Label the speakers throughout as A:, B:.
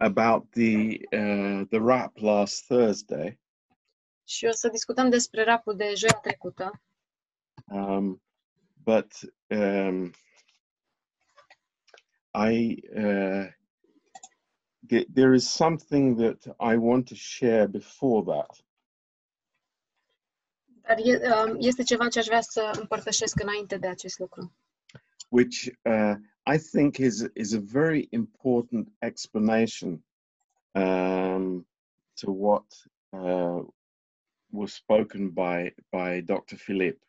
A: about the uh, the rap last Thursday.
B: și o să discutăm despre rapul de joia trecută,
A: Um, but um, I uh, th- there is something that I want to share before that,
B: dar e, um, este ceva ce aș vrea să împărtășesc înainte de acest lucru,
A: which uh, I think is is a very important explanation um, to what uh, was spoken by by Dr. Philippe.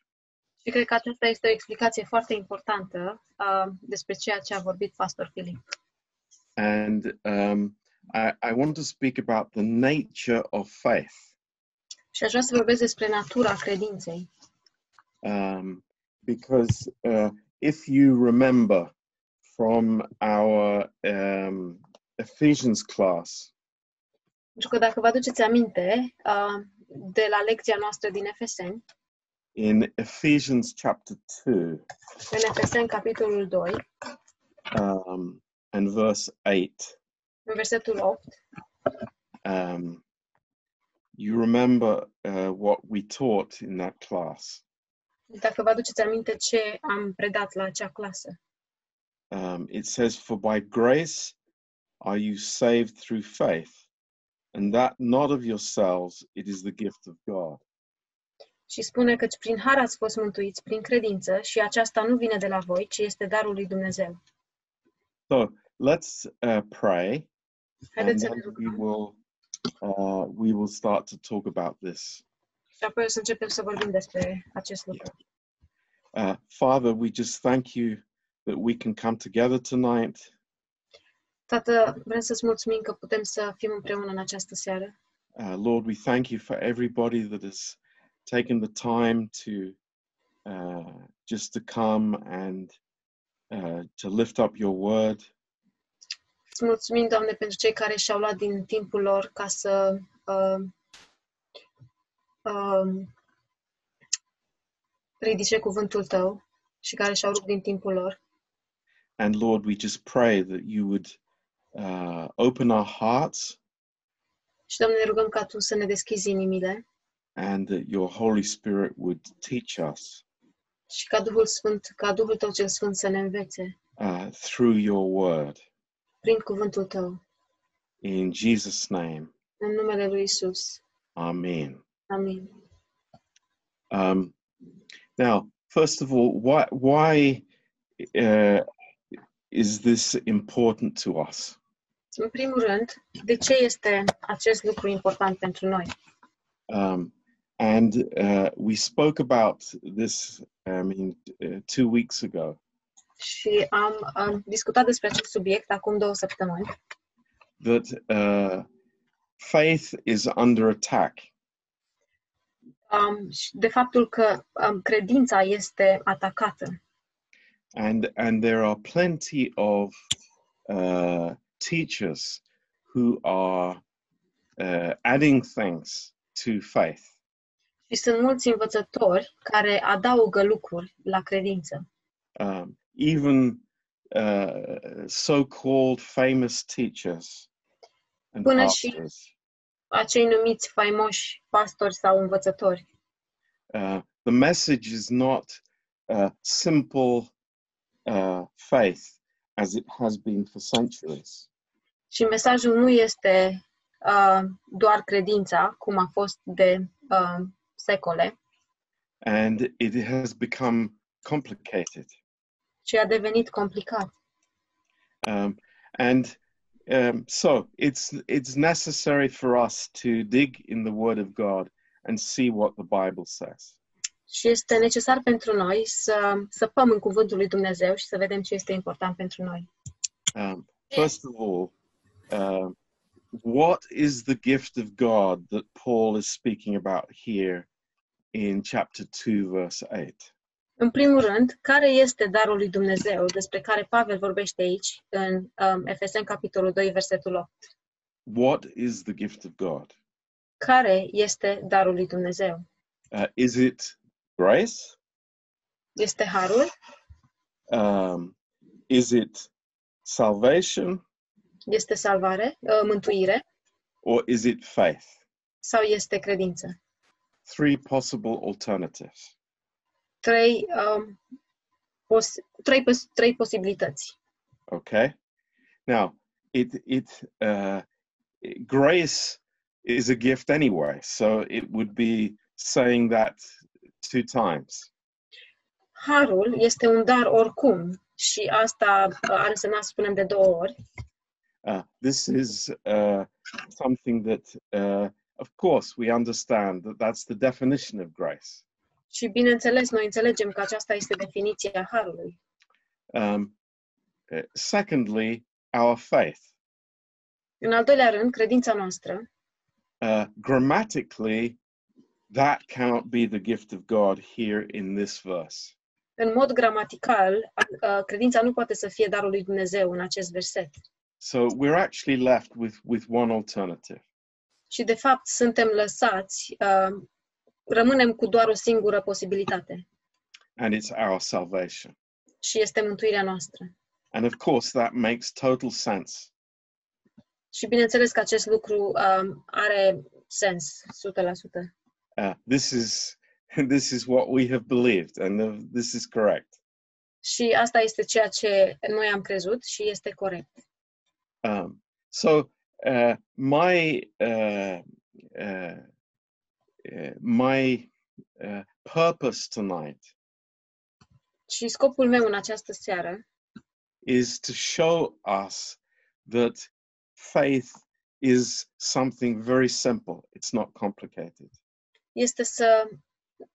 B: Și cred că aceasta este o explicație foarte importantă uh, despre ceea ce a vorbit pastor Filip.
A: and um, I, I want to speak about the nature of faith
B: Și aș vrea să vorbesc despre natura credinței.
A: um, because uh, if you remember from our um, Ephesians class,
B: Pentru că dacă vă aduceți aminte uh, de la lecția noastră din Efeseni,
A: in Ephesians chapter 2
B: în Efeseni capitolul 2,
A: um, and verse 8,
B: în versetul 8,
A: um, you remember uh, what we taught in that class.
B: dacă vă aduceți aminte ce am predat la acea clasă.
A: um, it says, For by grace are you saved through faith, and that not of yourselves, it is the gift of God.
B: Și spune că prin har ați fost mântuiți, prin credință, și aceasta nu vine de la voi, ci este darul lui Dumnezeu.
A: So let's uh, pray, and
B: Haideți să ne
A: then we
B: rugăm
A: will, uh, we will start to talk about this.
B: și apoi o să începem să vorbim despre acest lucru.
A: Uh, Father, we just thank you that we can come together tonight.
B: Tată, vrem să-ți mulțumim că putem să fim împreună în această seară.
A: Uh, Lord, we thank you for everybody that has taken the time to uh, just to come and uh, to lift up your word.
B: Îți mulțumim, Doamne, pentru cei care și-au luat din timpul lor ca să uh, uh, ridice cuvântul Tău și care și-au rupt din timpul lor.
A: And Lord, we just pray that you would uh, open our hearts
B: Și, Doamne, ne rugăm ca Tu să ne deschizi inimile
A: and that your Holy Spirit would teach us
B: și ca Duhul Sfânt, ca Duhul Tău cel Sfânt să ne învețe.
A: uh, through your word.
B: prin cuvântul tău,
A: In Jesus' name,
B: în numele lui Isus.
A: Amen.
B: Amin.
A: Um, now, first of all, why, why uh, is this important to us?
B: În primul rând, de ce este acest lucru important pentru noi?
A: Um, and uh, we spoke about this, I mean, uh, two weeks ago.
B: Și am, am discutat despre acest subiect acum două săptămâni,
A: that uh, faith is under attack.
B: um, și de faptul că um, credința este atacată.
A: And, and there are plenty of uh, teachers who are uh, adding things to faith.
B: Și sunt mulți învățători care adaugă lucruri la credință.
A: Um, even uh, so called famous teachers and
B: Bună și-
A: pastors.
B: Acei numiți faimoși pastori sau învățători.
A: Uh, the message is not uh, simple uh, faith as it has been for centuries.
B: Și mesajul nu este uh, doar credința, cum a fost de uh, secole,
A: and it has become complicated.
B: și a devenit complicat.
A: Um, and um, so it's it's necessary for us to dig in the Word of God and see what the Bible says.
B: Și este necesar pentru noi să săpăm în cuvântul lui Dumnezeu și să vedem ce este important pentru noi.
A: Um, first of all, um, what is the gift of God that Paul is speaking about here in chapter two, verse eight?
B: În primul rând, care este darul lui Dumnezeu despre care Pavel vorbește aici în um, Efeseni capitolul 2, versetul 8?
A: What is the gift of God?
B: Care este darul lui Dumnezeu?
A: Uh, is it grace?
B: Este harul?
A: Um, is it salvation?
B: Este salvare, uh, mântuire
A: or is it faith?
B: sau este credință?
A: Three possible alternatives.
B: Trei, um, pos- trei, pos- trei posibilități.
A: Okay. Now, it it uh, grace is a gift anyway, so it would be saying that two times.
B: Harul este un dar oricum și asta uh, ar însemna să spunem de două ori.
A: Uh, this is uh, something that, uh, of course, we understand that that's the definition of grace.
B: Și bineînțeles, noi înțelegem că aceasta este definiția harului.
A: Um, uh, secondly, our faith.
B: În al doilea rând, credința noastră,
A: Uh, grammatically, that cannot be the gift of God here in this verse.
B: în mod gramatical, a- uh, credința nu poate să fie darul lui Dumnezeu în acest verset.
A: So we're actually left with, with one alternative.
B: Și, de fapt, suntem lăsați, uh, rămânem cu doar o singură posibilitate
A: and it's our salvation.
B: și este mântuirea noastră.
A: And of course, that makes total sense.
B: Și bineînțeles că acest lucru um, are sens, 100%.
A: Uh, this is this is what we have believed, and the, this is correct.
B: Și asta este ceea ce noi am crezut și este corect.
A: Um, so uh, my uh, uh, uh, my uh, purpose tonight
B: Și scopul meu în această seară
A: is to show us that faith is something very simple. It's not complicated.
B: este să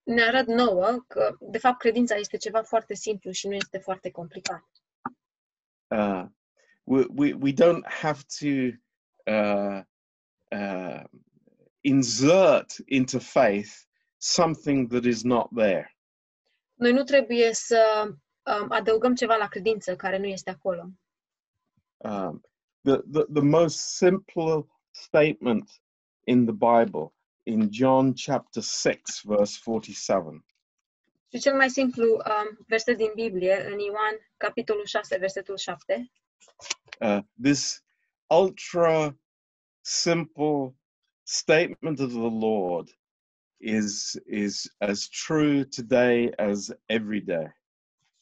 B: ne arăt nouă că, de fapt, credința este ceva foarte simplu și nu este foarte complicat.
A: uh, we, we we don't have to uh, uh, insert into faith something that is not there.
B: Noi nu trebuie să um, adăugăm ceva la credință care nu este acolo.
A: Um, the, the the most simple statement in the Bible in John chapter six verse forty seven.
B: Și cel mai simplu um, verset din Biblie, în Ioan, capitolul 6, versetul 7,
A: Uh, this ultra simple statement of the Lord is is as true today as every day.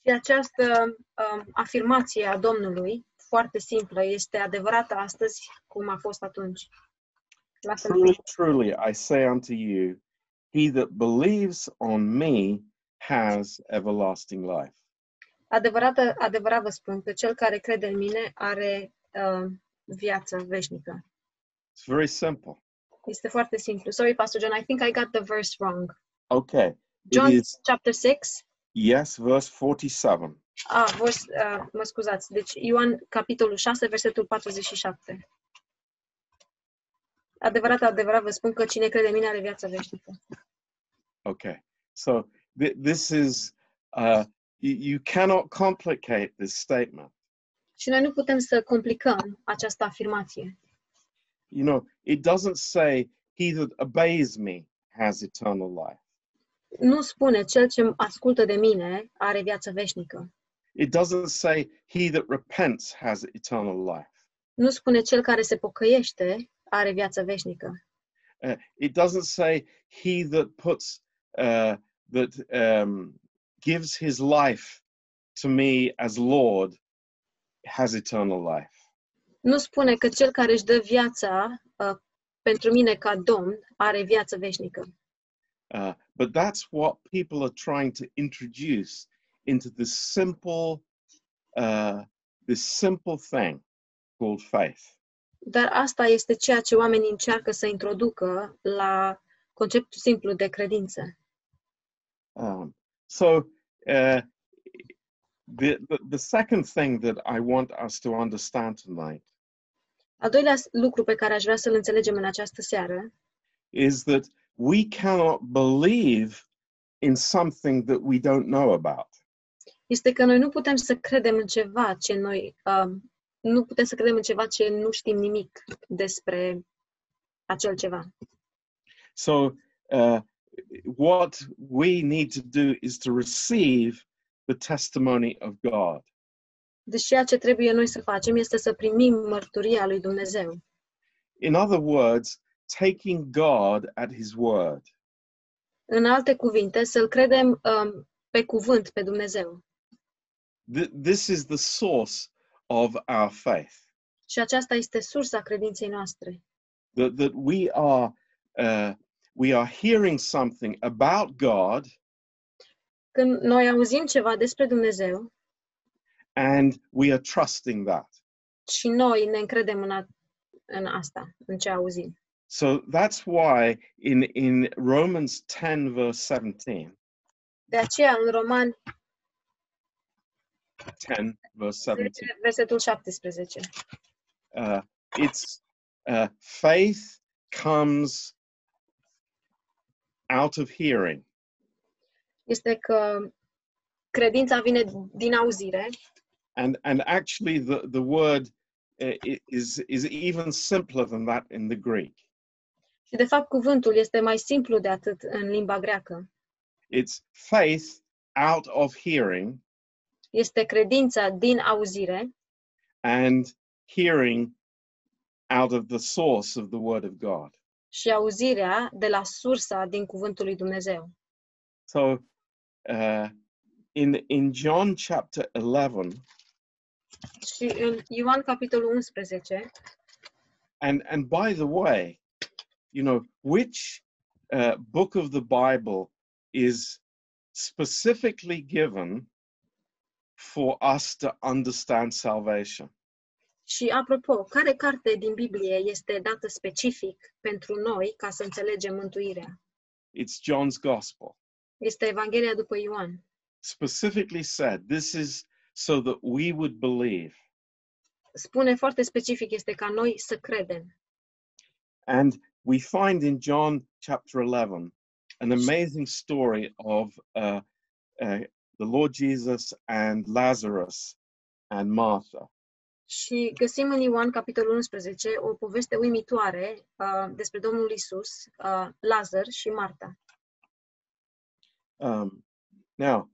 B: Și această um, afirmație a Domnului, foarte simplă, este adevărată astăzi cum a fost atunci. La fel.
A: Truly, truly, I say unto you, he that believes on me has everlasting life.
B: Adevărată, adevărat vă spun că cel care crede în mine are uh, viață veșnică.
A: It's very simple.
B: Este foarte simplu. Sorry, Pastor John, I think I got the verse wrong.
A: Okay.
B: John
A: It is,
B: chapter 6.
A: yes, verse 47.
B: Ah, vers, uh, mă scuzați. Deci Ioan capitolul 6, versetul 47. Adevărat, adevărat vă spun că cine crede în mine are viața veșnică.
A: Okay. So th- this is, uh, you, you cannot complicate this statement.
B: Și noi nu putem să complicăm această afirmație.
A: You know, it doesn't say, he that obeys me has eternal life.
B: Nu spune cel ce ascultă de mine are viață veșnică.
A: It doesn't say, he that repents has eternal life.
B: Nu spune cel care se pocăiește are viață veșnică.
A: Uh, it doesn't say he that puts uh, that um, gives his life to me as Lord has eternal life.
B: Nu spune că cel care își dă viața uh, pentru mine ca domn are viață veșnică.
A: Uh, but that's what people are trying to introduce into this simple, uh, this simple thing called faith.
B: Dar asta este ceea ce oamenii încearcă să introducă la conceptul simplu de credință.
A: Um, so uh, the, the the second thing that I want us to understand tonight
B: Al doilea lucru pe care aș vrea să-l înțelegem în această seară
A: is that we cannot believe in something that we don't know about.
B: este că noi nu putem să credem în ceva ce noi um, nu putem să credem în ceva ce nu știm nimic despre acel ceva.
A: So, uh, what we need to do is to receive the testimony of God.
B: Deci ceea ce trebuie noi să facem este să primim mărturia lui Dumnezeu.
A: In other words, taking God at his word.
B: În alte cuvinte, să-L credem um, pe cuvânt, pe Dumnezeu.
A: Th- this is the source of our faith.
B: Și aceasta este sursa credinței noastre.
A: That, that we are uh, we are hearing something about God
B: Când noi auzim ceva despre Dumnezeu
A: and we are trusting that.
B: și noi ne încredem în, a, în asta, în ce auzim.
A: So that's why in in Romans 10 verse 17,
B: De aceea, în Roman
A: 10 verse 17,
B: 10, versetul 17,
A: uh, it's uh, faith comes out of hearing.
B: este că credința vine din auzire
A: and and actually the the word uh, i- is is even simpler than that in the greek
B: și, de fapt, cuvântul este mai simplu de atât în limba greacă.
A: it's faith out of hearing
B: Este credința din auzire
A: and hearing out of the source of the word of god
B: și auzirea de la sursa din cuvântul lui Dumnezeu.
A: so uh, in in john chapter 11
B: Și în Ioan, capitolul 11,
A: and and by the way you know which uh, book of the bible is specifically given for us to understand salvation
B: Și apropo, care carte din Biblie este dată specific pentru noi ca să înțelegem mântuirea?
A: it's john's gospel
B: Este Evanghelia după Ioan.
A: specifically said this is so that we would believe
B: Spune foarte specific este ca noi să credem.
A: and we find in john chapter 11 an amazing story of uh, uh, the lord jesus and lazarus and martha
B: Și găsim în Ioan, capitolul 11, o poveste uimitoare uh, despre Domnul Isus, uh, Lazar și Marta.
A: Um, now,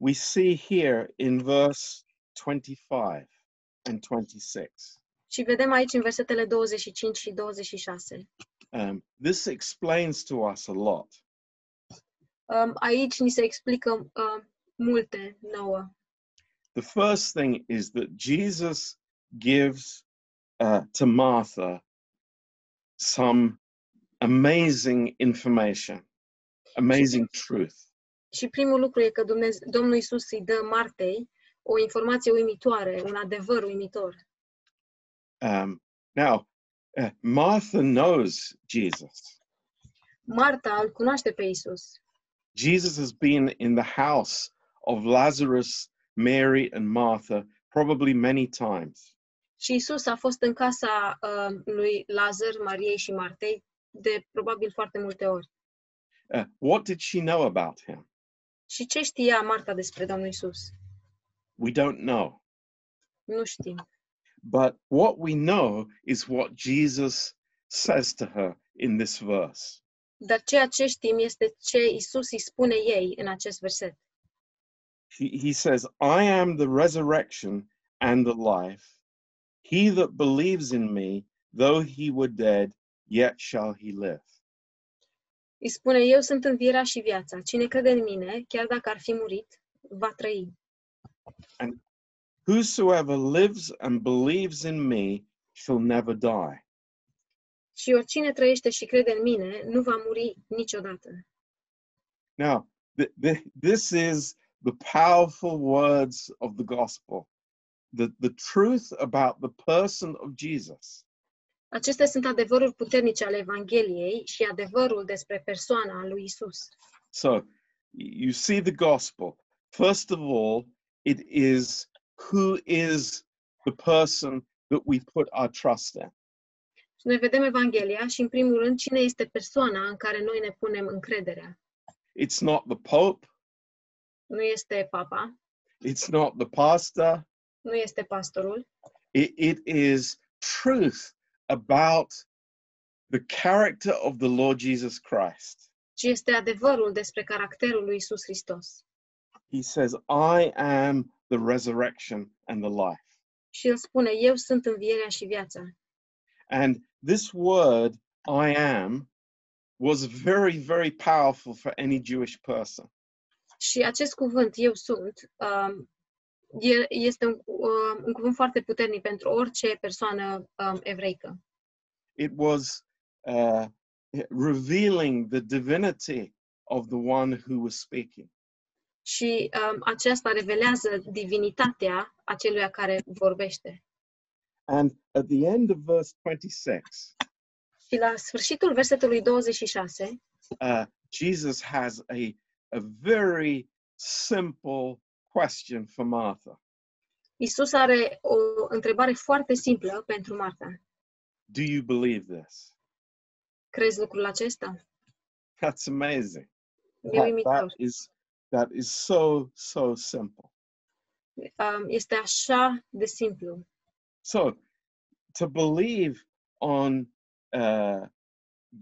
A: we see here in verse 25 and 26,
B: Și vedem aici în versetele 25 și 26.
A: um, this explains to us a lot.
B: Um, aici ni se explică uh, multe nouă.
A: The first thing is that Jesus gives uh, to Martha some amazing information, amazing truth.
B: Și primul lucru e că Dumneze- Domnul Isus îi dă Martei o informație uimitoare, un adevăr uimitor.
A: Um, now, uh, Martha knows Jesus.
B: Marta îl cunoaște pe Isus.
A: Jesus has been in the house of Lazarus, Mary, and Martha probably many times.
B: Și Isus a fost în casa uh, lui Lazar, Mariei și Martei de probabil foarte multe ori.
A: Uh, what did she know about him?
B: Și ce știa Marta despre Domnul Isus?
A: We don't know.
B: Nu știm.
A: But what we know is what Jesus says to her in this verse.
B: Dar ceea ce știm este ce Isus îi spune ei în acest verset.
A: He, he says, I am the resurrection and the life. He that believes in me, though he were dead, yet shall he live.
B: Îi spune, eu sunt învierea și viața. Cine crede în mine, chiar dacă ar fi murit, va trăi.
A: Whosoever lives and believes in me shall never die.
B: Și oricine trăiește și crede în mine, nu va muri niciodată.
A: Now, th- th- this is the powerful words of the gospel, the, the truth about the person of Jesus.
B: Acestea sunt adevăruri puternice ale Evangheliei și adevărul despre persoana lui Isus.
A: So y- you see the gospel. First of all, it is who is the person that we put our trust in.
B: Și noi vedem Evanghelia și, în primul rând, cine este persoana în care noi ne punem încrederea.
A: It's not the Pope,
B: Nu este papa,
A: it's not the pastor,
B: nu este pastorul,
A: it, it is truth about the character of the Lord Jesus Christ.
B: ci este adevărul despre caracterul lui Isus Hristos.
A: He says, I am the resurrection, and the life.
B: Și el spune, eu sunt învierea și viața.
A: And this word, I am, was very, very powerful for any Jewish person.
B: Și acest cuvânt, eu sunt, um, e- este un, cu- um, un cuvânt foarte puternic pentru orice persoană um, evreică.
A: It was uh, revealing the divinity of the one who was speaking.
B: Și um, aceasta revelează divinitatea aceluia care vorbește.
A: And at the end of verse 26,
B: Și la sfârșitul versetului 26,
A: uh, Jesus has a, a very simple question for Martha
B: Isus are o întrebare foarte simplă pentru Marta.
A: Do you believe this?
B: Crezi lucrul acesta?
A: That's amazing.
B: E
A: That- that
B: uimitor.
A: is that is so so simple
B: Um, Este așa de simplu.
A: so to believe on uh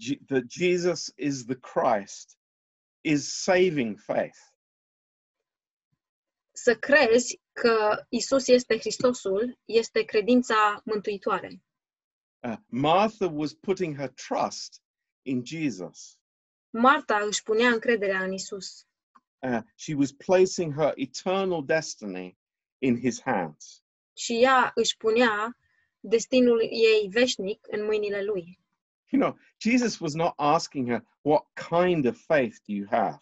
A: G- that jesus is the christ is saving faith
B: Să crezi că Isus este Hristosul este credința mântuitoare.
A: Uh, martha was putting her trust in jesus
B: Marta își punea încrederea în Isus.
A: Uh, she was placing her eternal destiny in his hands
B: și ea își punea destinul ei veșnic în mâinile lui.
A: you know jesus was not asking her what kind of faith do you have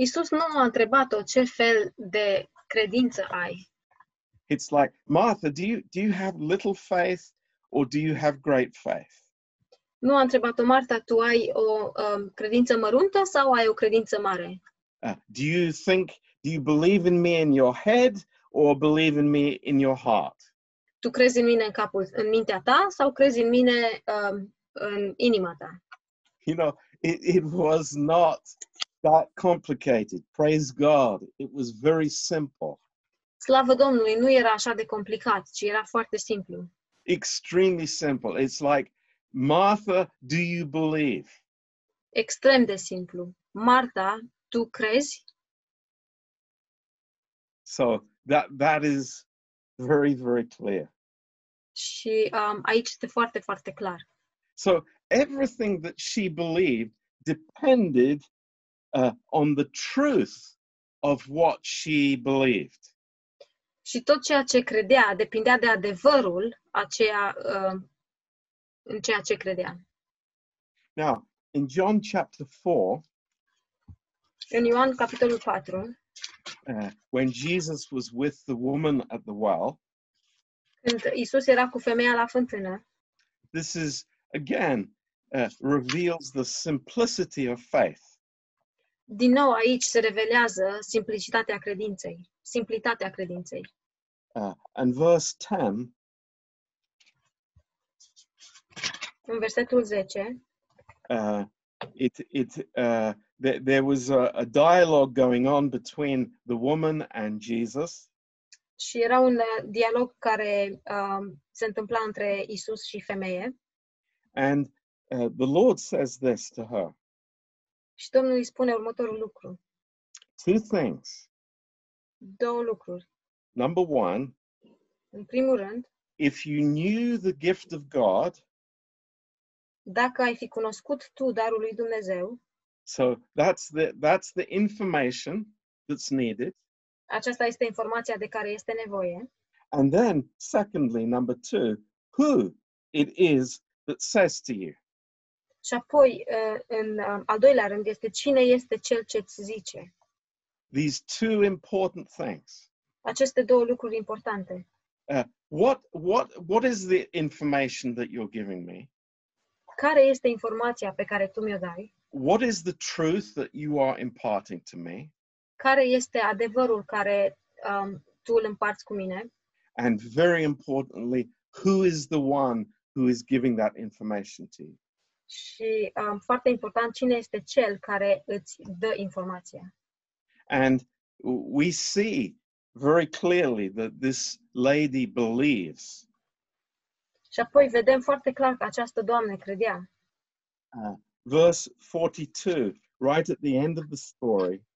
B: Isus nu a întrebat-o ce fel de credință ai.
A: it's like martha do you do you have little faith or do you have great faith
B: Nu a întrebat-o Marta, tu ai o um, credință măruntă sau ai o credință mare?
A: Uh, do you think, do you believe in me in your head or believe in me in your heart?
B: Tu crezi în mine în capul, în mintea ta sau crezi în mine um, în inima ta?
A: You know, it, it was not that complicated. Praise God. It was very simple,
B: Slavă Domnului, nu era așa de complicat, ci era foarte simplu.
A: extremely simple. It's like, Martha, do you believe?
B: Extrem de simplu. Marta, tu crezi?
A: So that that is very, very clear.
B: Și um, aici este foarte, foarte clar.
A: So everything that she believed depended uh, on the truth of what she believed.
B: Și tot ceea ce credea depindea de adevărul aceea, uh, în ceea ce credea.
A: Now, in John chapter 4,
B: În Ioan, capitolul 4,
A: uh, when Jesus was with the woman at the well,
B: când Isus era cu femeia la fântână,
A: this is again uh, reveals the simplicity of faith.
B: din nou aici se revelează simplicitatea credinței. Simplitatea credinței.
A: Uh, and verse 10
B: În versetul 10,
A: uh, it it uh, there, there was a, a dialogue going on between the woman and Jesus,
B: și era un uh, dialog care um, se întâmpla între Isus și femeie,
A: and uh, the Lord says this to her:
B: și Domnul îi spune următorul lucru.
A: two things.
B: Două lucruri.
A: Number one,
B: În primul rând,
A: if you knew the gift of God,
B: dacă ai fi cunoscut tu darul lui Dumnezeu,
A: So that's the that's the information that's needed.
B: Aceasta este informația de care este nevoie.
A: And then secondly, number two, who it is that says to you.
B: Și apoi, uh, în um, al doilea rând, este cine este cel ce îți zice.
A: These two important things.
B: Aceste două lucruri importante.
A: What what what is the information that you're giving me?
B: Care este informația pe care tu mi-o dai?
A: What is the truth that you are imparting to me?
B: Care este adevărul care um, tu îl împarți cu mine?
A: And very importantly, who is the one who is giving that information to you?
B: Și, um, foarte important, cine este cel care îți dă informația?
A: And we see very clearly that this lady believes
B: Și apoi vedem foarte clar că această doamnă credea.
A: verse 42, right at the end of the story,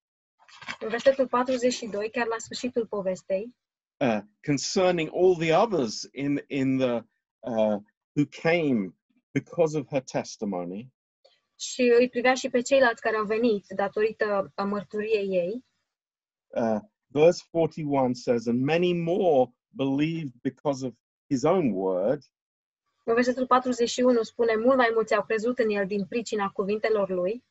B: În versetul 42, chiar la sfârșitul povestei,
A: uh, concerning all the others in in the uh, who came because of her testimony,
B: și îi privea și pe ceilalți care au venit datorită a mărturiei ei,
A: uh, verse 41 says, and many more believed because of his own word,
B: în versetul 41 spune, mult mai mulți au crezut în el din pricina cuvintelor lui,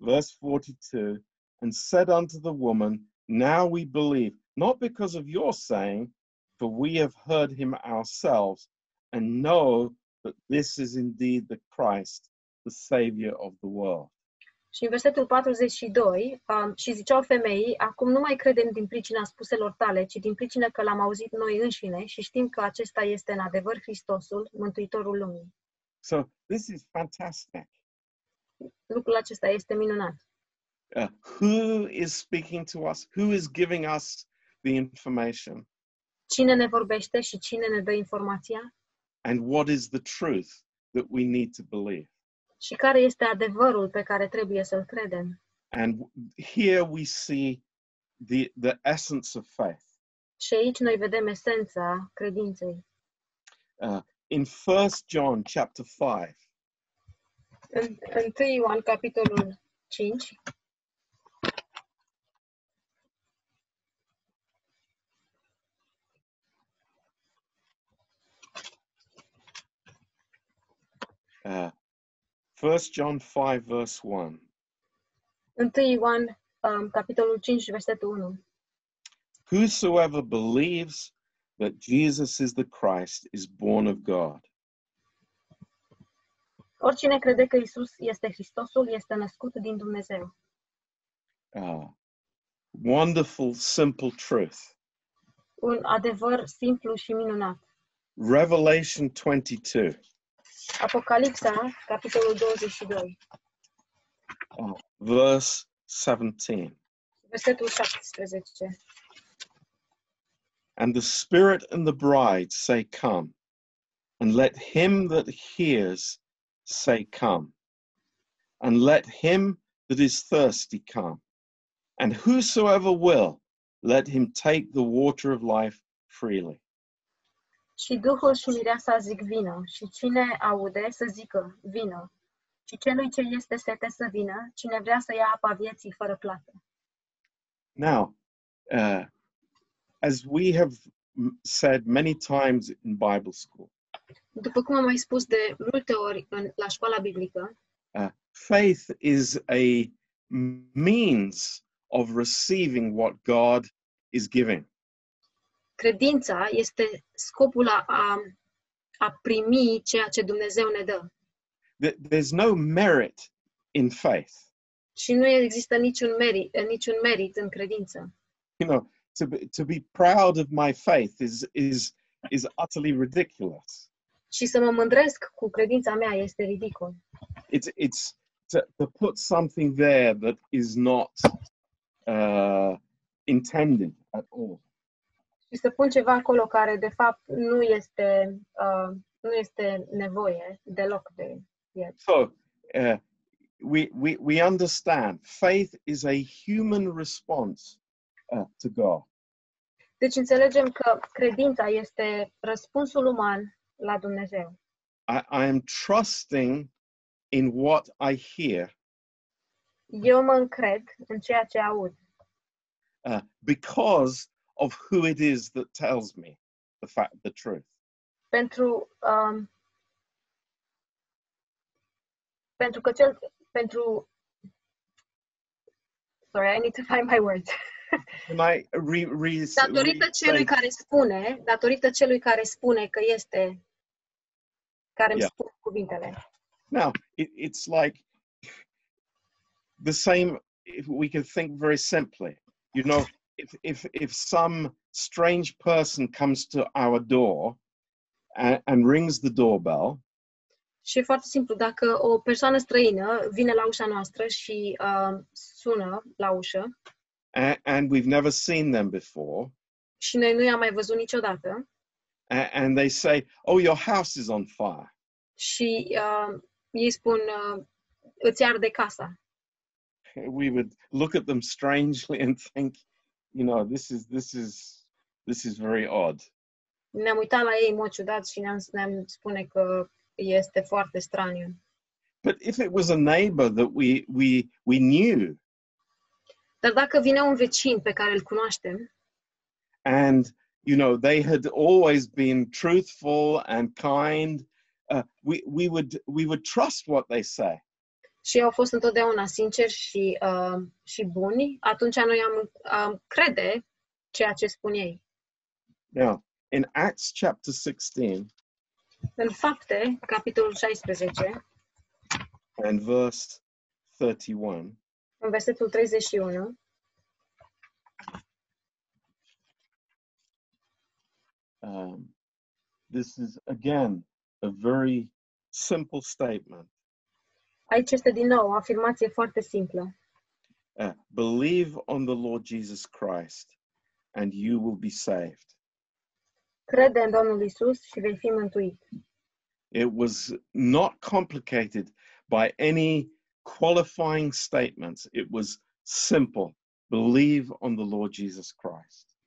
A: verse 42, and said unto the woman, Now we believe, not because of your saying, for we have heard him ourselves and know that this is indeed the Christ, the Savior of the world.
B: Și în versetul 42, um, și ziceau femeii, acum nu mai credem din pricina spuselor tale, ci din pricina că l-am auzit noi înșine și știm că acesta este în adevăr Hristosul, Mântuitorul lumii.
A: So this is fantastic.
B: Lucrul acesta este minunat.
A: Uh, who is speaking to us? Who is giving us the information?
B: Cine ne vorbește și cine ne dă informația?
A: And what is the truth that we need to believe?
B: Și care este adevărul pe care trebuie să-l credem?
A: And w- here we see the the essence of faith.
B: Și aici noi vedem esența credinței.
A: In First John chapter 5,
B: În 1 Ioan, capitolul 5,
A: uh, 1 John 5 verse 1.
B: 1 Ioan, um, capitolul 5, versetul 1.
A: Whosoever believes that Jesus is the Christ is born of God.
B: Oricine crede că Isus este Hristosul, este născut din Dumnezeu.
A: Ah, wonderful, simple truth.
B: Un adevăr simplu și minunat.
A: Revelation 22.
B: Apocalipsa, capitolul 22,
A: uh, verse 17.
B: versetul 17.
A: And the Spirit and the bride say, Come. And let him that hears say, Come. And let him that is thirsty come. And whosoever will, let him take the water of life freely.
B: Și Duhul și Mireasa zic vină, și cine aude să zică vină. Și celui ce este sete să vină, cine vrea să ia apa vieții fără plată.
A: Now, uh, as we have m- said many times in Bible school,
B: După cum am mai spus de multe ori în, la școala biblică,
A: uh, faith is a means of receiving what God is giving.
B: credința este scopul a, a, a primi ceea ce Dumnezeu ne dă.
A: Th- There's no merit in faith.
B: Și nu există niciun merit, niciun merit în credință.
A: You know, to be, to be proud of my faith is is is utterly ridiculous.
B: Și să mă mândresc cu credința mea este ridicol.
A: It's it's to, to put something there that is not uh, intended at all.
B: Și să pun ceva acolo care, de fapt, nu este, uh, nu este nevoie deloc de el.
A: So uh, we we we understand faith is a human response uh, to God.
B: Deci înțelegem că credința este răspunsul uman la Dumnezeu.
A: I, I am trusting in what I hear
B: Eu mă încred în ceea ce aud,
A: uh, because of who it is that tells me the fact, the truth.
B: pentru, um, pentru că cel, pentru, sorry, I need to find my words.
A: Can I re, re,
B: Datorită
A: re-
B: celui
A: say-
B: care spune, datorită celui care spune că este, care îmi
A: Yeah.
B: spune cuvintele.
A: Now it, it's like the same. If we can think very simply, you know, if if if some strange person comes to our door and, and rings the doorbell,
B: Și e foarte simplu, dacă o persoană străină vine la ușa noastră și uh, sună la ușă
A: and, and we've never seen them before,
B: și noi nu i-am mai văzut niciodată
A: and, and they say, "Oh, your house is on fire."
B: și uh, ei spun, uh, îți arde casa.
A: we would look at them strangely and think, you know, this is this is this is very odd.
B: Ne-am uitat la ei în mod ciudat și ne-am, ne-am spune că este foarte straniu.
A: But if it was a neighbor that we we we knew
B: Dar dacă vine un vecin pe care îl cunoaștem
A: and you know they had always been truthful and kind, uh, we we would we would trust what they say.
B: și ei au fost întotdeauna sinceri și, uh, și buni, atunci noi am, am crede ceea ce spun ei.
A: Now, in Acts chapter 16
B: În fapte, capitolul 16,
A: and verse 31,
B: în versetul 31,
A: um, this is again a very simple statement.
B: aici este din nou o afirmație foarte simplă.
A: Uh, Believe on the Lord Jesus Christ and you will be saved.
B: Crede în Domnul Isus și vei fi mântuit.
A: It was not complicated by any qualifying statements. It was simple. Believe on the Lord Jesus Christ.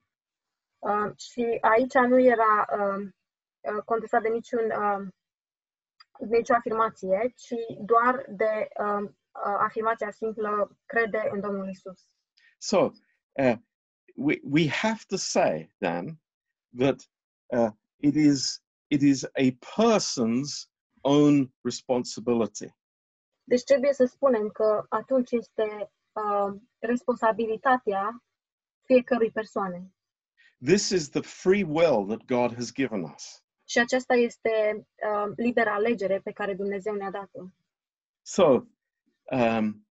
B: Uh, și aici nu era uh, uh, contestat de niciun, uh, nicio afirmație, ci doar de uh, uh, afirmația simplă, crede în Domnul Isus.
A: So uh, we we have to say Dan that uh, it is it is a person's own responsibility.
B: Deci trebuie să spunem că atunci este uh, responsabilitatea fiecărui persoane.
A: This is the free will that God has given us.
B: Și aceasta este uh, libera alegere pe care Dumnezeu ne-a dat-o.
A: So um,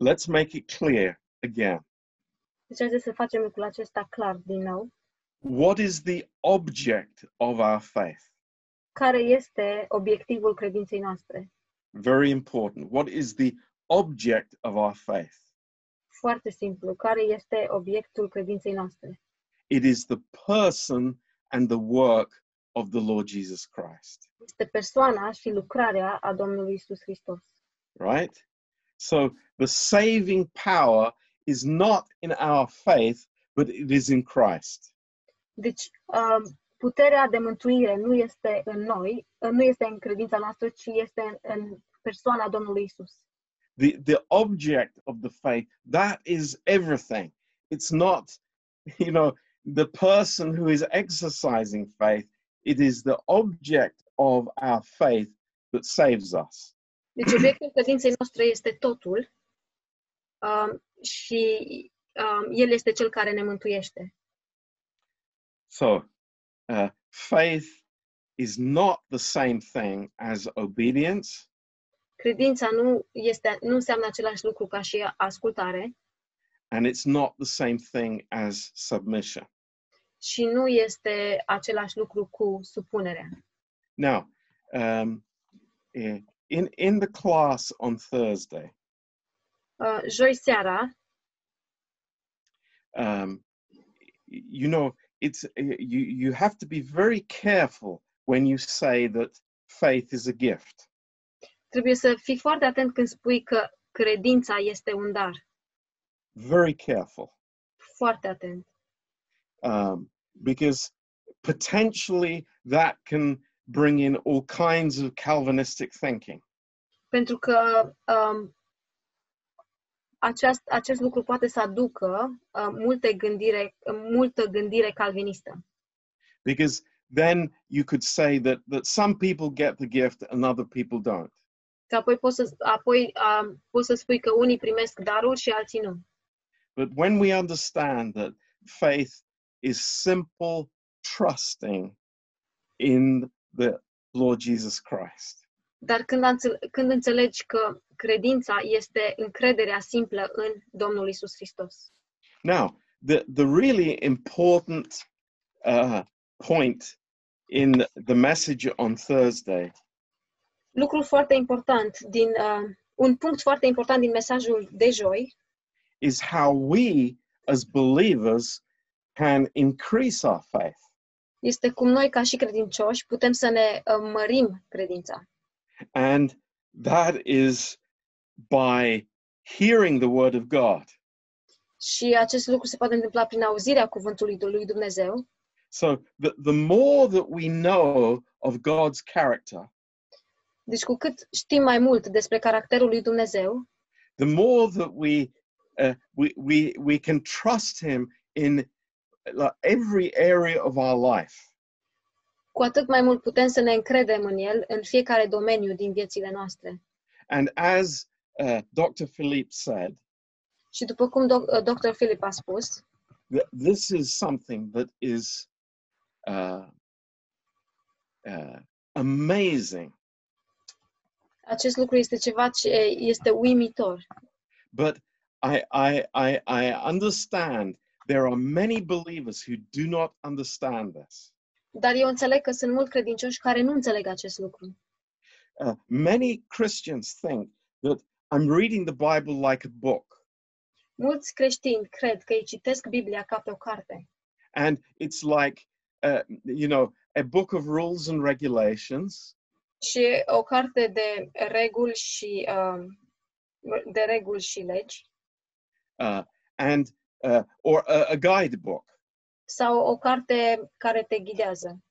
A: let's make it clear again.
B: Deci haideți să facem lucrul acesta clar din nou.
A: What is the object of our faith?
B: Care este obiectivul credinței noastre?
A: Very important. What is the object of our faith?
B: Foarte simplu. Care este obiectul credinței noastre?
A: It is the person and the work of the Lord Jesus Christ.
B: Este persoana și lucrarea a Domnului Isus Hristos.
A: right? So the saving power is not in our faith, but it is in Christ.
B: Deci, uh, puterea de mântuire nu este în noi, uh, nu este în credința noastră, ci este în, în persoana Domnului Isus.
A: The, the object of the faith, that is everything. It's not, you know, the person who is exercising faith, it is the object of our faith that saves us.
B: Deci, obiectul credinței noastre este totul um, și um, El este Cel care ne mântuiește.
A: So uh, faith is not the same thing as obedience.
B: Credința nu, este, nu înseamnă același lucru ca și ascultare
A: and it's not the same thing as submission.
B: și nu este același lucru cu supunerea.
A: Now, um, eh, in in the class on Thursday,
B: Uh, joi seara,
A: um, you know, it's eh, you you have to be very careful when you say that faith is a gift,
B: trebuie să fii foarte atent când spui că credința este un dar.
A: very careful,
B: Foarte atent.
A: um, because potentially that can bring in all kinds of Calvinistic thinking.
B: pentru că um, aceast, acest lucru poate să aducă uh, multe gândire, multă gândire calvinistă.
A: Because then you could say that that some people get the gift and other people don't.
B: Că apoi poți să, apoi, um, poți să spui că unii primesc darul și alții nu.
A: But when we understand that faith is simple trusting in the Lord Jesus Christ,
B: Dar când, înțe- când înțelegi că credința este încrederea simplă în Domnul Isus Hristos.
A: now the the really important uh, point in the message on Thursday
B: Lucru foarte important din uh, un punct foarte important din mesajul de joi
A: is how we as believers can increase our faith.
B: este cum noi ca și credincioși putem să ne uh, mărim credința.
A: And that is by hearing the word of God.
B: Și acest lucru se poate întâmpla prin auzirea cuvântului lui Dumnezeu.
A: So the, the more that we know of God's character,
B: Deci cu cât știm mai mult despre caracterul lui Dumnezeu,
A: the more that we uh, we, we we can trust him in like, every area of our life.
B: cu atât mai mult putem să ne încredem în el în fiecare domeniu din viețile noastre.
A: And as uh, Dr. Philippe said,
B: Și după cum doc- Dr. Philip a spus,
A: th- this is something that is uh, uh, amazing,
B: acest lucru este ceva ce este uimitor.
A: but I, I, I, I understand there are many believers who do not understand this.
B: Dar eu înțeleg că sunt mulți credincioși care nu înțeleg acest lucru.
A: Uh, many Christians think that I'm reading the Bible like a book
B: Mulți creștini cred că îi citesc Biblia ca pe o carte.
A: and it's like, uh, you know, a book of rules and regulations.
B: Și e o carte de reguli și um, de reguli și legi
A: uh, and uh, or a, a guidebook.
B: sau o carte care te ghidează.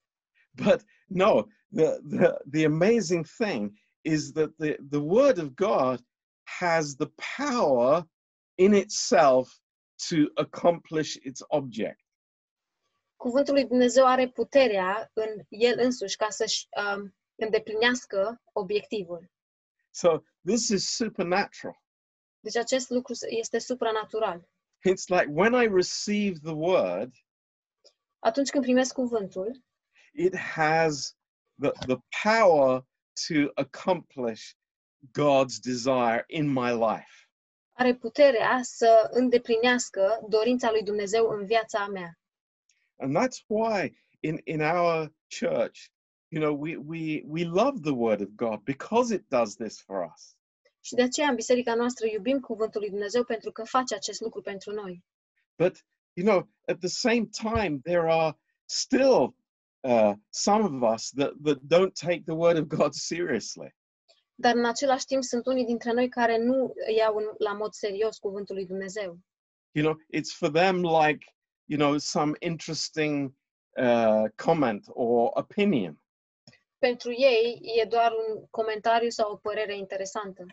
A: But no, the, the the amazing thing is that the the Word of God has the power in itself to accomplish its object.
B: Cuvântul lui Dumnezeu are puterea în el însuși ca să-și um, îndeplinească obiectivul.
A: So this is supernatural.
B: Deci acest lucru este supranatural.
A: It's like when I receive the Word,
B: Atunci când primesc cuvântul,
A: it has the the power to accomplish God's desire in my life.
B: are puterea să îndeplinească dorința lui Dumnezeu în viața mea.
A: and that's why in in our church you know we we we love the word of god because it does this for us
B: Și de aceea în biserica noastră iubim cuvântul lui Dumnezeu pentru că face acest lucru pentru noi.
A: but you know at the same time there are still uh, some of us that that don't take the word of god seriously
B: Dar în același timp sunt unii dintre noi care nu iau în, la mod serios cuvântul lui Dumnezeu.
A: you know it's for them like you know some interesting uh, comment or opinion
B: Pentru ei e doar un comentariu sau o părere interesantă.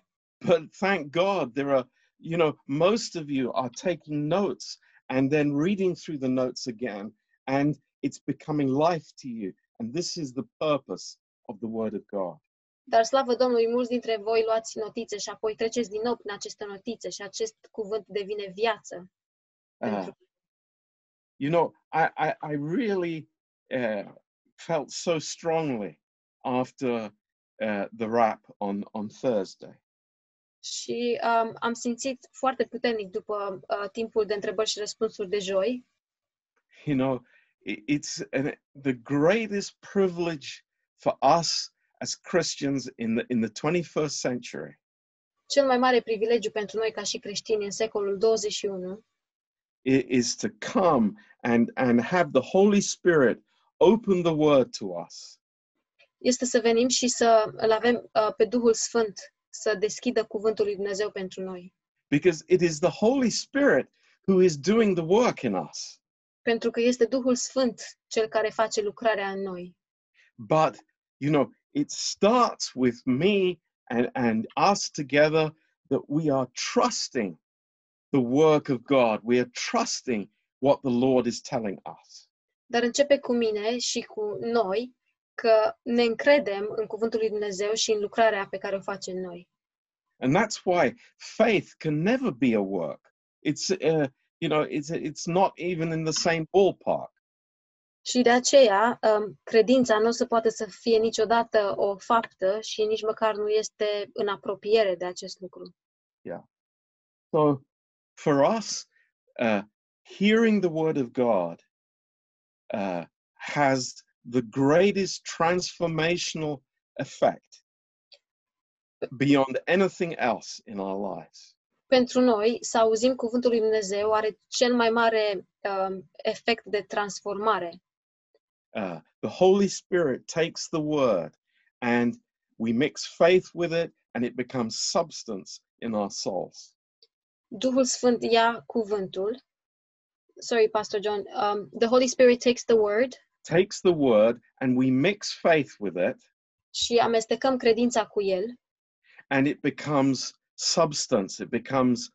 A: but thank god there are you know most of you are taking notes and then reading through the notes again and it's becoming life to you and this is the purpose of the word of god
B: Dar slavă Domnului, mulți dintre voi luați notițe și apoi treceți din nou prin aceste notițe și acest cuvânt devine viață.
A: Uh,
B: Pentru-
A: you know i i, I really uh, felt so strongly after uh, the rap on on thursday
B: Și um, am simțit foarte puternic după uh, timpul de întrebări și răspunsuri de joi
A: you know i- it's an, the greatest privilege for us as christians in the in the 21st century
B: cel mai mare privilegiu pentru noi ca și creștini în secolul 21
A: i- is to come and and have the holy spirit open the word to us
B: este să venim și să îl avem uh, pe Duhul Sfânt să deschidă cuvântul lui Dumnezeu pentru noi.
A: because it is the holy spirit who is doing the work in us
B: Pentru că este Duhul Sfânt cel care face lucrarea în noi.
A: but you know it starts with me and and us together that we are trusting the work of god we are trusting what the lord is telling us
B: Dar începe cu mine și cu noi că ne încredem în cuvântul lui Dumnezeu și în lucrarea pe care o face în noi.
A: and that's why faith can never be a work it's uh, you know it's it's not even in the same ballpark
B: Și de aceea, um, credința nu o să poate să fie niciodată o faptă și nici măcar nu este în apropiere de acest lucru.
A: So for us, uh, hearing the word of God uh, has the greatest transformational effect beyond anything else in our lives.
B: pentru noi să auzim cuvântul lui Dumnezeu are cel mai mare um, efect de transformare.
A: Uh, the Holy Spirit takes the word and we mix faith with it and it becomes substance in our souls.
B: Duhul Sfânt ia cuvântul. Sorry, Pastor John. Um, the Holy Spirit takes the word
A: Takes the word and we mix faith with it,
B: și amestecăm credința cu el
A: and it becomes substance. It becomes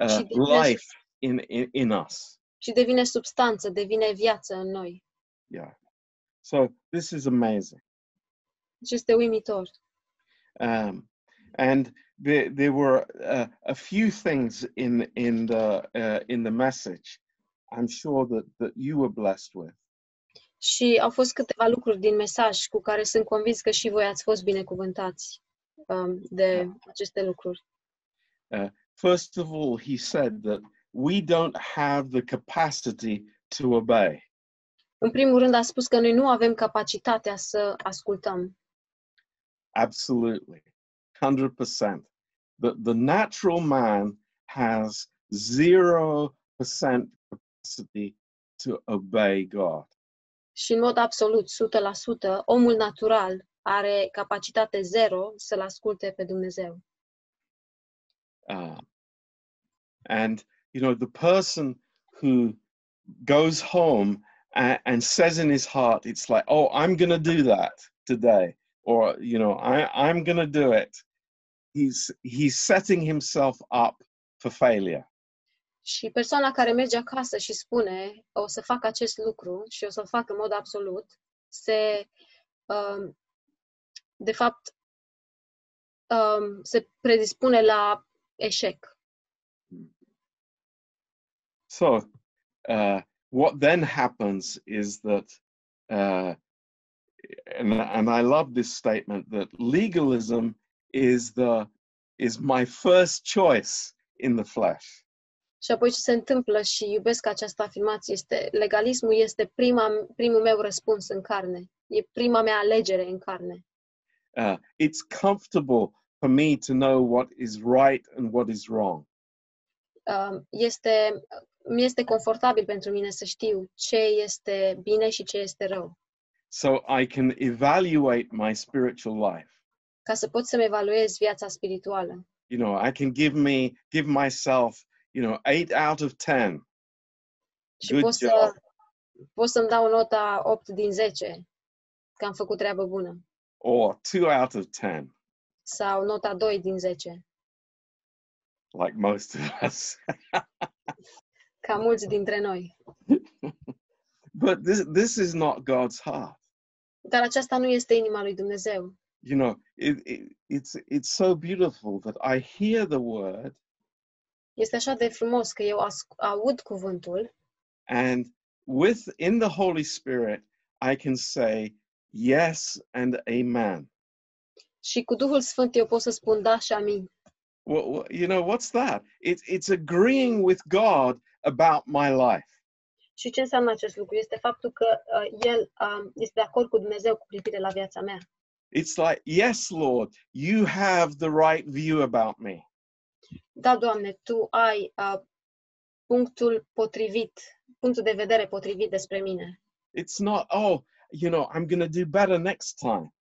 A: uh,
B: și devine,
A: life in, in in us.
B: și devine substanță, devine viață în noi.
A: Yeah. So this is amazing.
B: Și este uimitor.
A: um, and there, there were uh, a few things in in the uh, in the message i'm sure that that you were blessed with
B: Și au fost câteva lucruri din mesaj cu care sunt convins că și voi ați fost binecuvântați um, de aceste lucruri.
A: first of all he said that we don't have the capacity to obey
B: În primul rând a spus că noi nu avem capacitatea să ascultăm.
A: absolutely 100% the, the natural man has 0% capacity to obey god
B: Și în mod absolut, 100%, omul natural are capacitate zero să-L asculte pe Dumnezeu.
A: Uh, and you know, the person who goes home and, and says in his heart, it's like, "Oh, I'm going to do that today," or you know, "I I'm going to do it." He's he's setting himself up for failure.
B: Și persoana care merge acasă și spune, o să fac acest lucru și o să-l fac în mod absolut, se, um, de fapt, um, se predispune la eșec.
A: So, uh, what then happens is that, uh, and, and I love this statement that legalism is the is my first choice in the flesh.
B: Și apoi ce se întâmplă și iubesc această afirmație este legalismul este prima, primul meu răspuns în carne. E prima mea alegere în carne.
A: Uh, it's comfortable for me to know what is right and what is wrong.
B: Um, Este, mi este confortabil pentru mine să știu ce este bine și ce este rău.
A: So I can evaluate my spiritual life.
B: ca să pot să-mi evaluez viața spirituală.
A: You know, I can give me give myself, you know, eight out of ten.
B: Și
A: Good
B: pot, să, pot să-mi dau nota 8 din 10, că am făcut treabă bună,
A: or two out of 10,
B: sau nota 2 din 10,
A: like most of us.
B: ca mulți dintre noi.
A: but this, this is not God's heart.
B: Dar aceasta nu este inima lui Dumnezeu.
A: You know, it, it, it's, it's so beautiful that I hear the word
B: Este așa de frumos că eu asc- aud cuvântul
A: and with in the Holy Spirit, I can say yes and amen.
B: și cu Duhul Sfânt eu pot să spun da și amin.
A: Wha- wha- you know, what's that? It's, it's agreeing with God about my life.
B: Și ce înseamnă acest lucru? Este faptul că uh, El um, este de acord cu Dumnezeu cu privire la viața mea.
A: It's like, yes, Lord, you have the right view about me.
B: Da, Doamne, Tu ai uh, punctul potrivit, punctul de vedere potrivit despre mine.
A: It's not, oh, you know, I'm going to do better next time.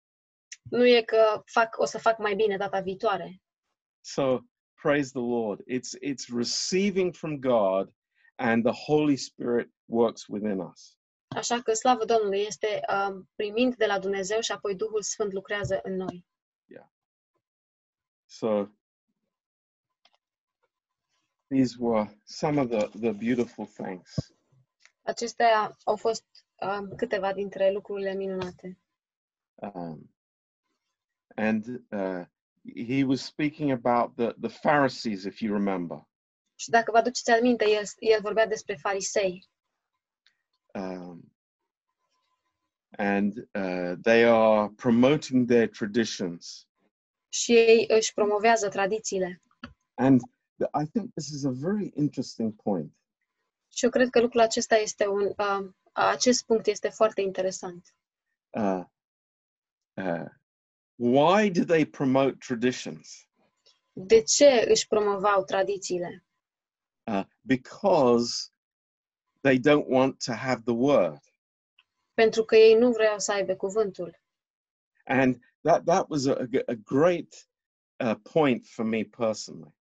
B: nu e că fac, o să fac mai bine data viitoare.
A: So praise the Lord. It's it's receiving from God and the Holy Spirit works within us.
B: Așa că slavă Domnului este um, primind de la Dumnezeu și apoi Duhul Sfânt lucrează în noi.
A: So these were some of the, the beautiful things.
B: Acestea au fost um, câteva dintre lucrurile minunate.
A: Um, and uh, he was speaking about the, the Pharisees, if you remember.
B: Și dacă vă aduceți aminte, el, el vorbea despre farisei
A: Um, and uh, they are promoting their traditions.
B: și ei își promovează tradițiile.
A: And th- I think this is a very interesting point.
B: Și eu cred că lucrul acesta este un... Um, acest punct este foarte interesant.
A: uh, uh, why do they promote traditions?
B: De ce își promovau tradițiile?
A: Uh, because they don't want to have the word.
B: Pentru că ei nu vreau să aibă cuvântul.
A: And that, that was a, a g- a great uh, point for me personally.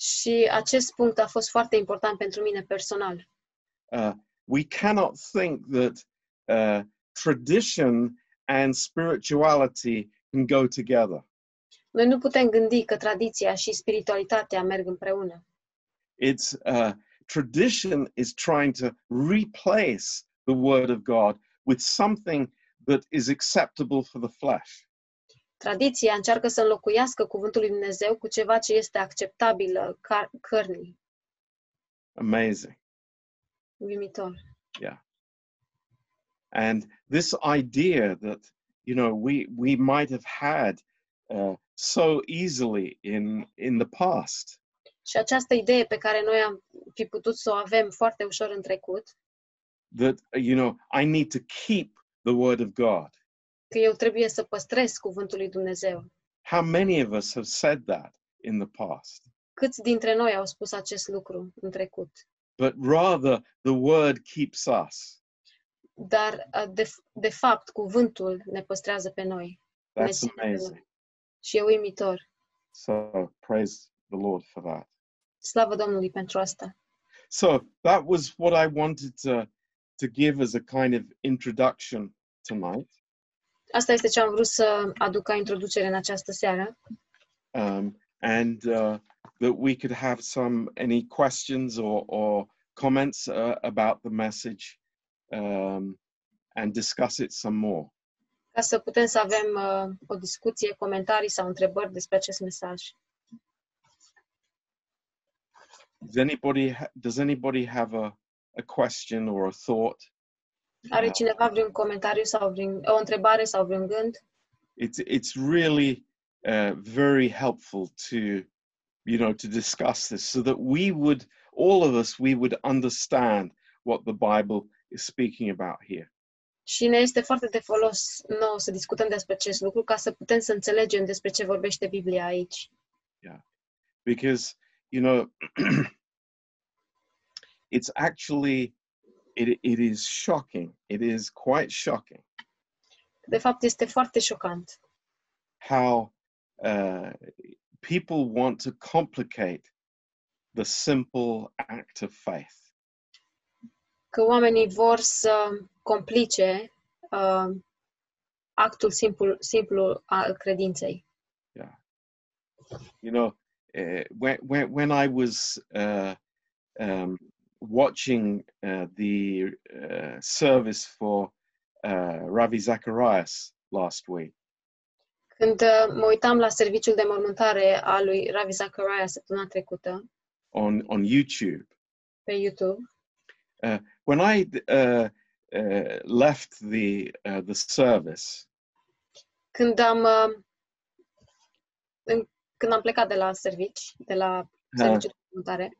B: Și acest punct a fost foarte important pentru mine personal.
A: Uh, we cannot think that uh, tradition and spirituality can go together.
B: Noi nu putem gândi că tradiția și spiritualitatea merg împreună.
A: It's uh, tradition is trying to replace the word of God with something that is acceptable for the flesh.
B: Tradiția încearcă să înlocuiască cuvântul lui Dumnezeu cu ceva ce este acceptabil car- cărnii.
A: Amazing.
B: Uimitor.
A: And this idea that you know we we might have had uh, so easily in in the past
B: Și această idee pe care noi am fi putut să o avem foarte ușor în trecut,
A: that uh, you know I need to keep the word of God.
B: că eu trebuie să păstrez cuvântul lui Dumnezeu.
A: How many of us have said that in the past?
B: Câți dintre noi au spus acest lucru în trecut?
A: But rather the word keeps us.
B: Dar, uh, de, f- de fapt, cuvântul ne păstrează pe noi. Ne
A: That's
B: ține pe
A: amazing.
B: noi. Și e uimitor.
A: So praise the Lord for that.
B: Slavă Domnului pentru asta.
A: So that was what I wanted to to give as a kind of introduction tonight.
B: Asta este ce am vrut să aduc ca introducere în această seară.
A: um, and uh, that we could have some any questions or, or comments uh, about the message um, and discuss it some more.
B: Ca să putem să avem uh, o discuție, comentarii sau întrebări despre acest mesaj.
A: Does anybody ha- does anybody have a, a question or a thought?
B: Are
A: Uh,
B: cineva vreun comentariu sau vreun, o întrebare sau vreun gând?
A: it's it's really uh, very helpful to you know to discuss this so that we would all of us we would understand what the Bible is speaking about here.
B: Și ne este foarte de folos nouă să discutăm despre acest lucru ca să putem să înțelegem despre ce vorbește Biblia aici.
A: because you know it's actually it, it is shocking it is quite shocking
B: De fapt, este foarte șocant
A: how uh, people want to complicate the simple act of faith
B: că oamenii vor să complice uh, actul simplu, simplu al credinței.
A: you know uh, when, when, when i was uh, um, watching uh, the uh, service for uh, ravi zacharias last week
B: Când uh, mă uitam la serviciul de mormântare a lui Ravi Zachariah săptămâna trecută
A: on, on youtube
B: pe YouTube,
A: when I uh, uh, left the uh, the service,
B: când am, uh, în, când am plecat de la servici, de la
A: uh,
B: serviciul de mormântare,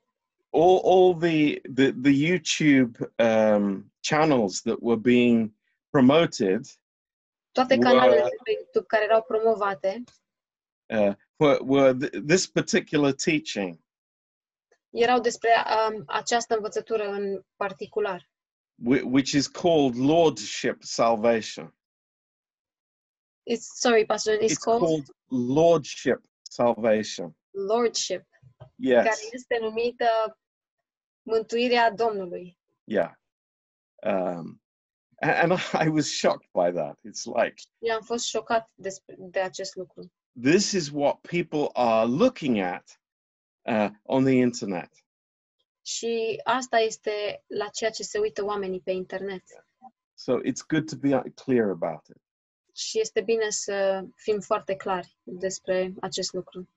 A: all all the the, the YouTube um, channels that were being promoted
B: toate
A: Bă.
B: canalele de pe YouTube care erau promovate
A: uh, were, were th- this particular teaching
B: erau despre um, această învățătură în particular,
A: whi- which is called lordship salvation
B: It's, sorry, Pastor, it's,
A: it's
B: called,
A: called lordship salvation
B: Lordship,
A: yes
B: care este numită Mântuirea Domnului.
A: yeah um, a- and i was shocked by that it's like
B: Eu am fost șocat despre, de acest lucru.
A: this is what people are looking at uh, on the internet.
B: Și asta este la ceea ce se uită oamenii pe internet.
A: So it's good to be uh, clear about it.
B: Și este bine să fim foarte clari despre acest lucru.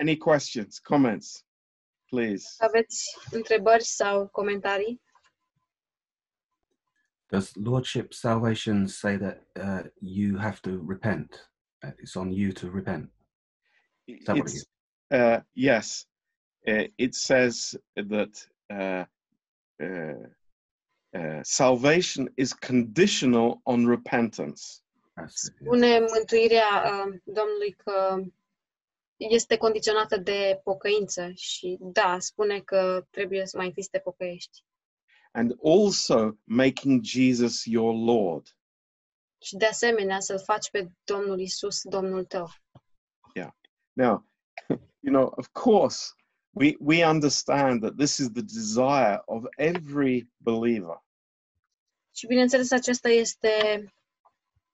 A: Any questions, comments, please?
B: Aveți întrebări sau comentarii?
C: Does Lordship salvation say that uh, you have to repent? That It's on you to repent. that what it
A: It's,
C: is?
A: uh, yes, uh, it says that uh, uh, uh, salvation is conditional on repentance.
C: That's it, yeah.
B: spune mântuirea uh, Domnului că este condiționată de pocăință și da, spune că trebuie să mai întâi să te pocăiești
A: And also making Jesus your Lord.
B: și de asemenea să-L faci pe Domnul Isus Domnul tău.
A: Now, you know, of course, we, we understand that this is the desire of every believer.
B: Și bineînțeles, aceasta este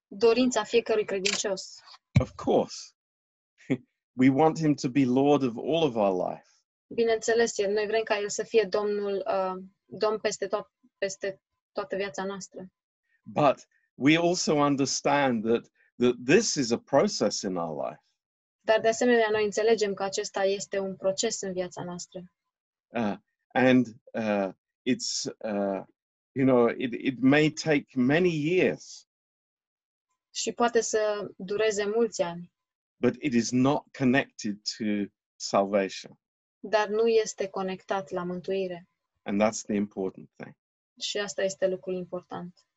B: dorința fiecărui credincios.
A: Of course. we want him to be Lord of all of our life.
B: Bineînțeles, el- noi vrem ca El să fie Domnul, uh, Domn peste, to- peste toată viața noastră.
A: But we also understand that, that this is a process in our life.
B: Dar de asemenea, noi înțelegem că acesta este un proces în viața noastră.
A: Uh, and uh, it's, uh, you know, it, it may take many years,
B: Și poate să dureze mulți ani,
A: but it is not connected to salvation.
B: dar nu este conectat la mântuire.
A: And that's the important thing.
B: Și asta este lucrul important.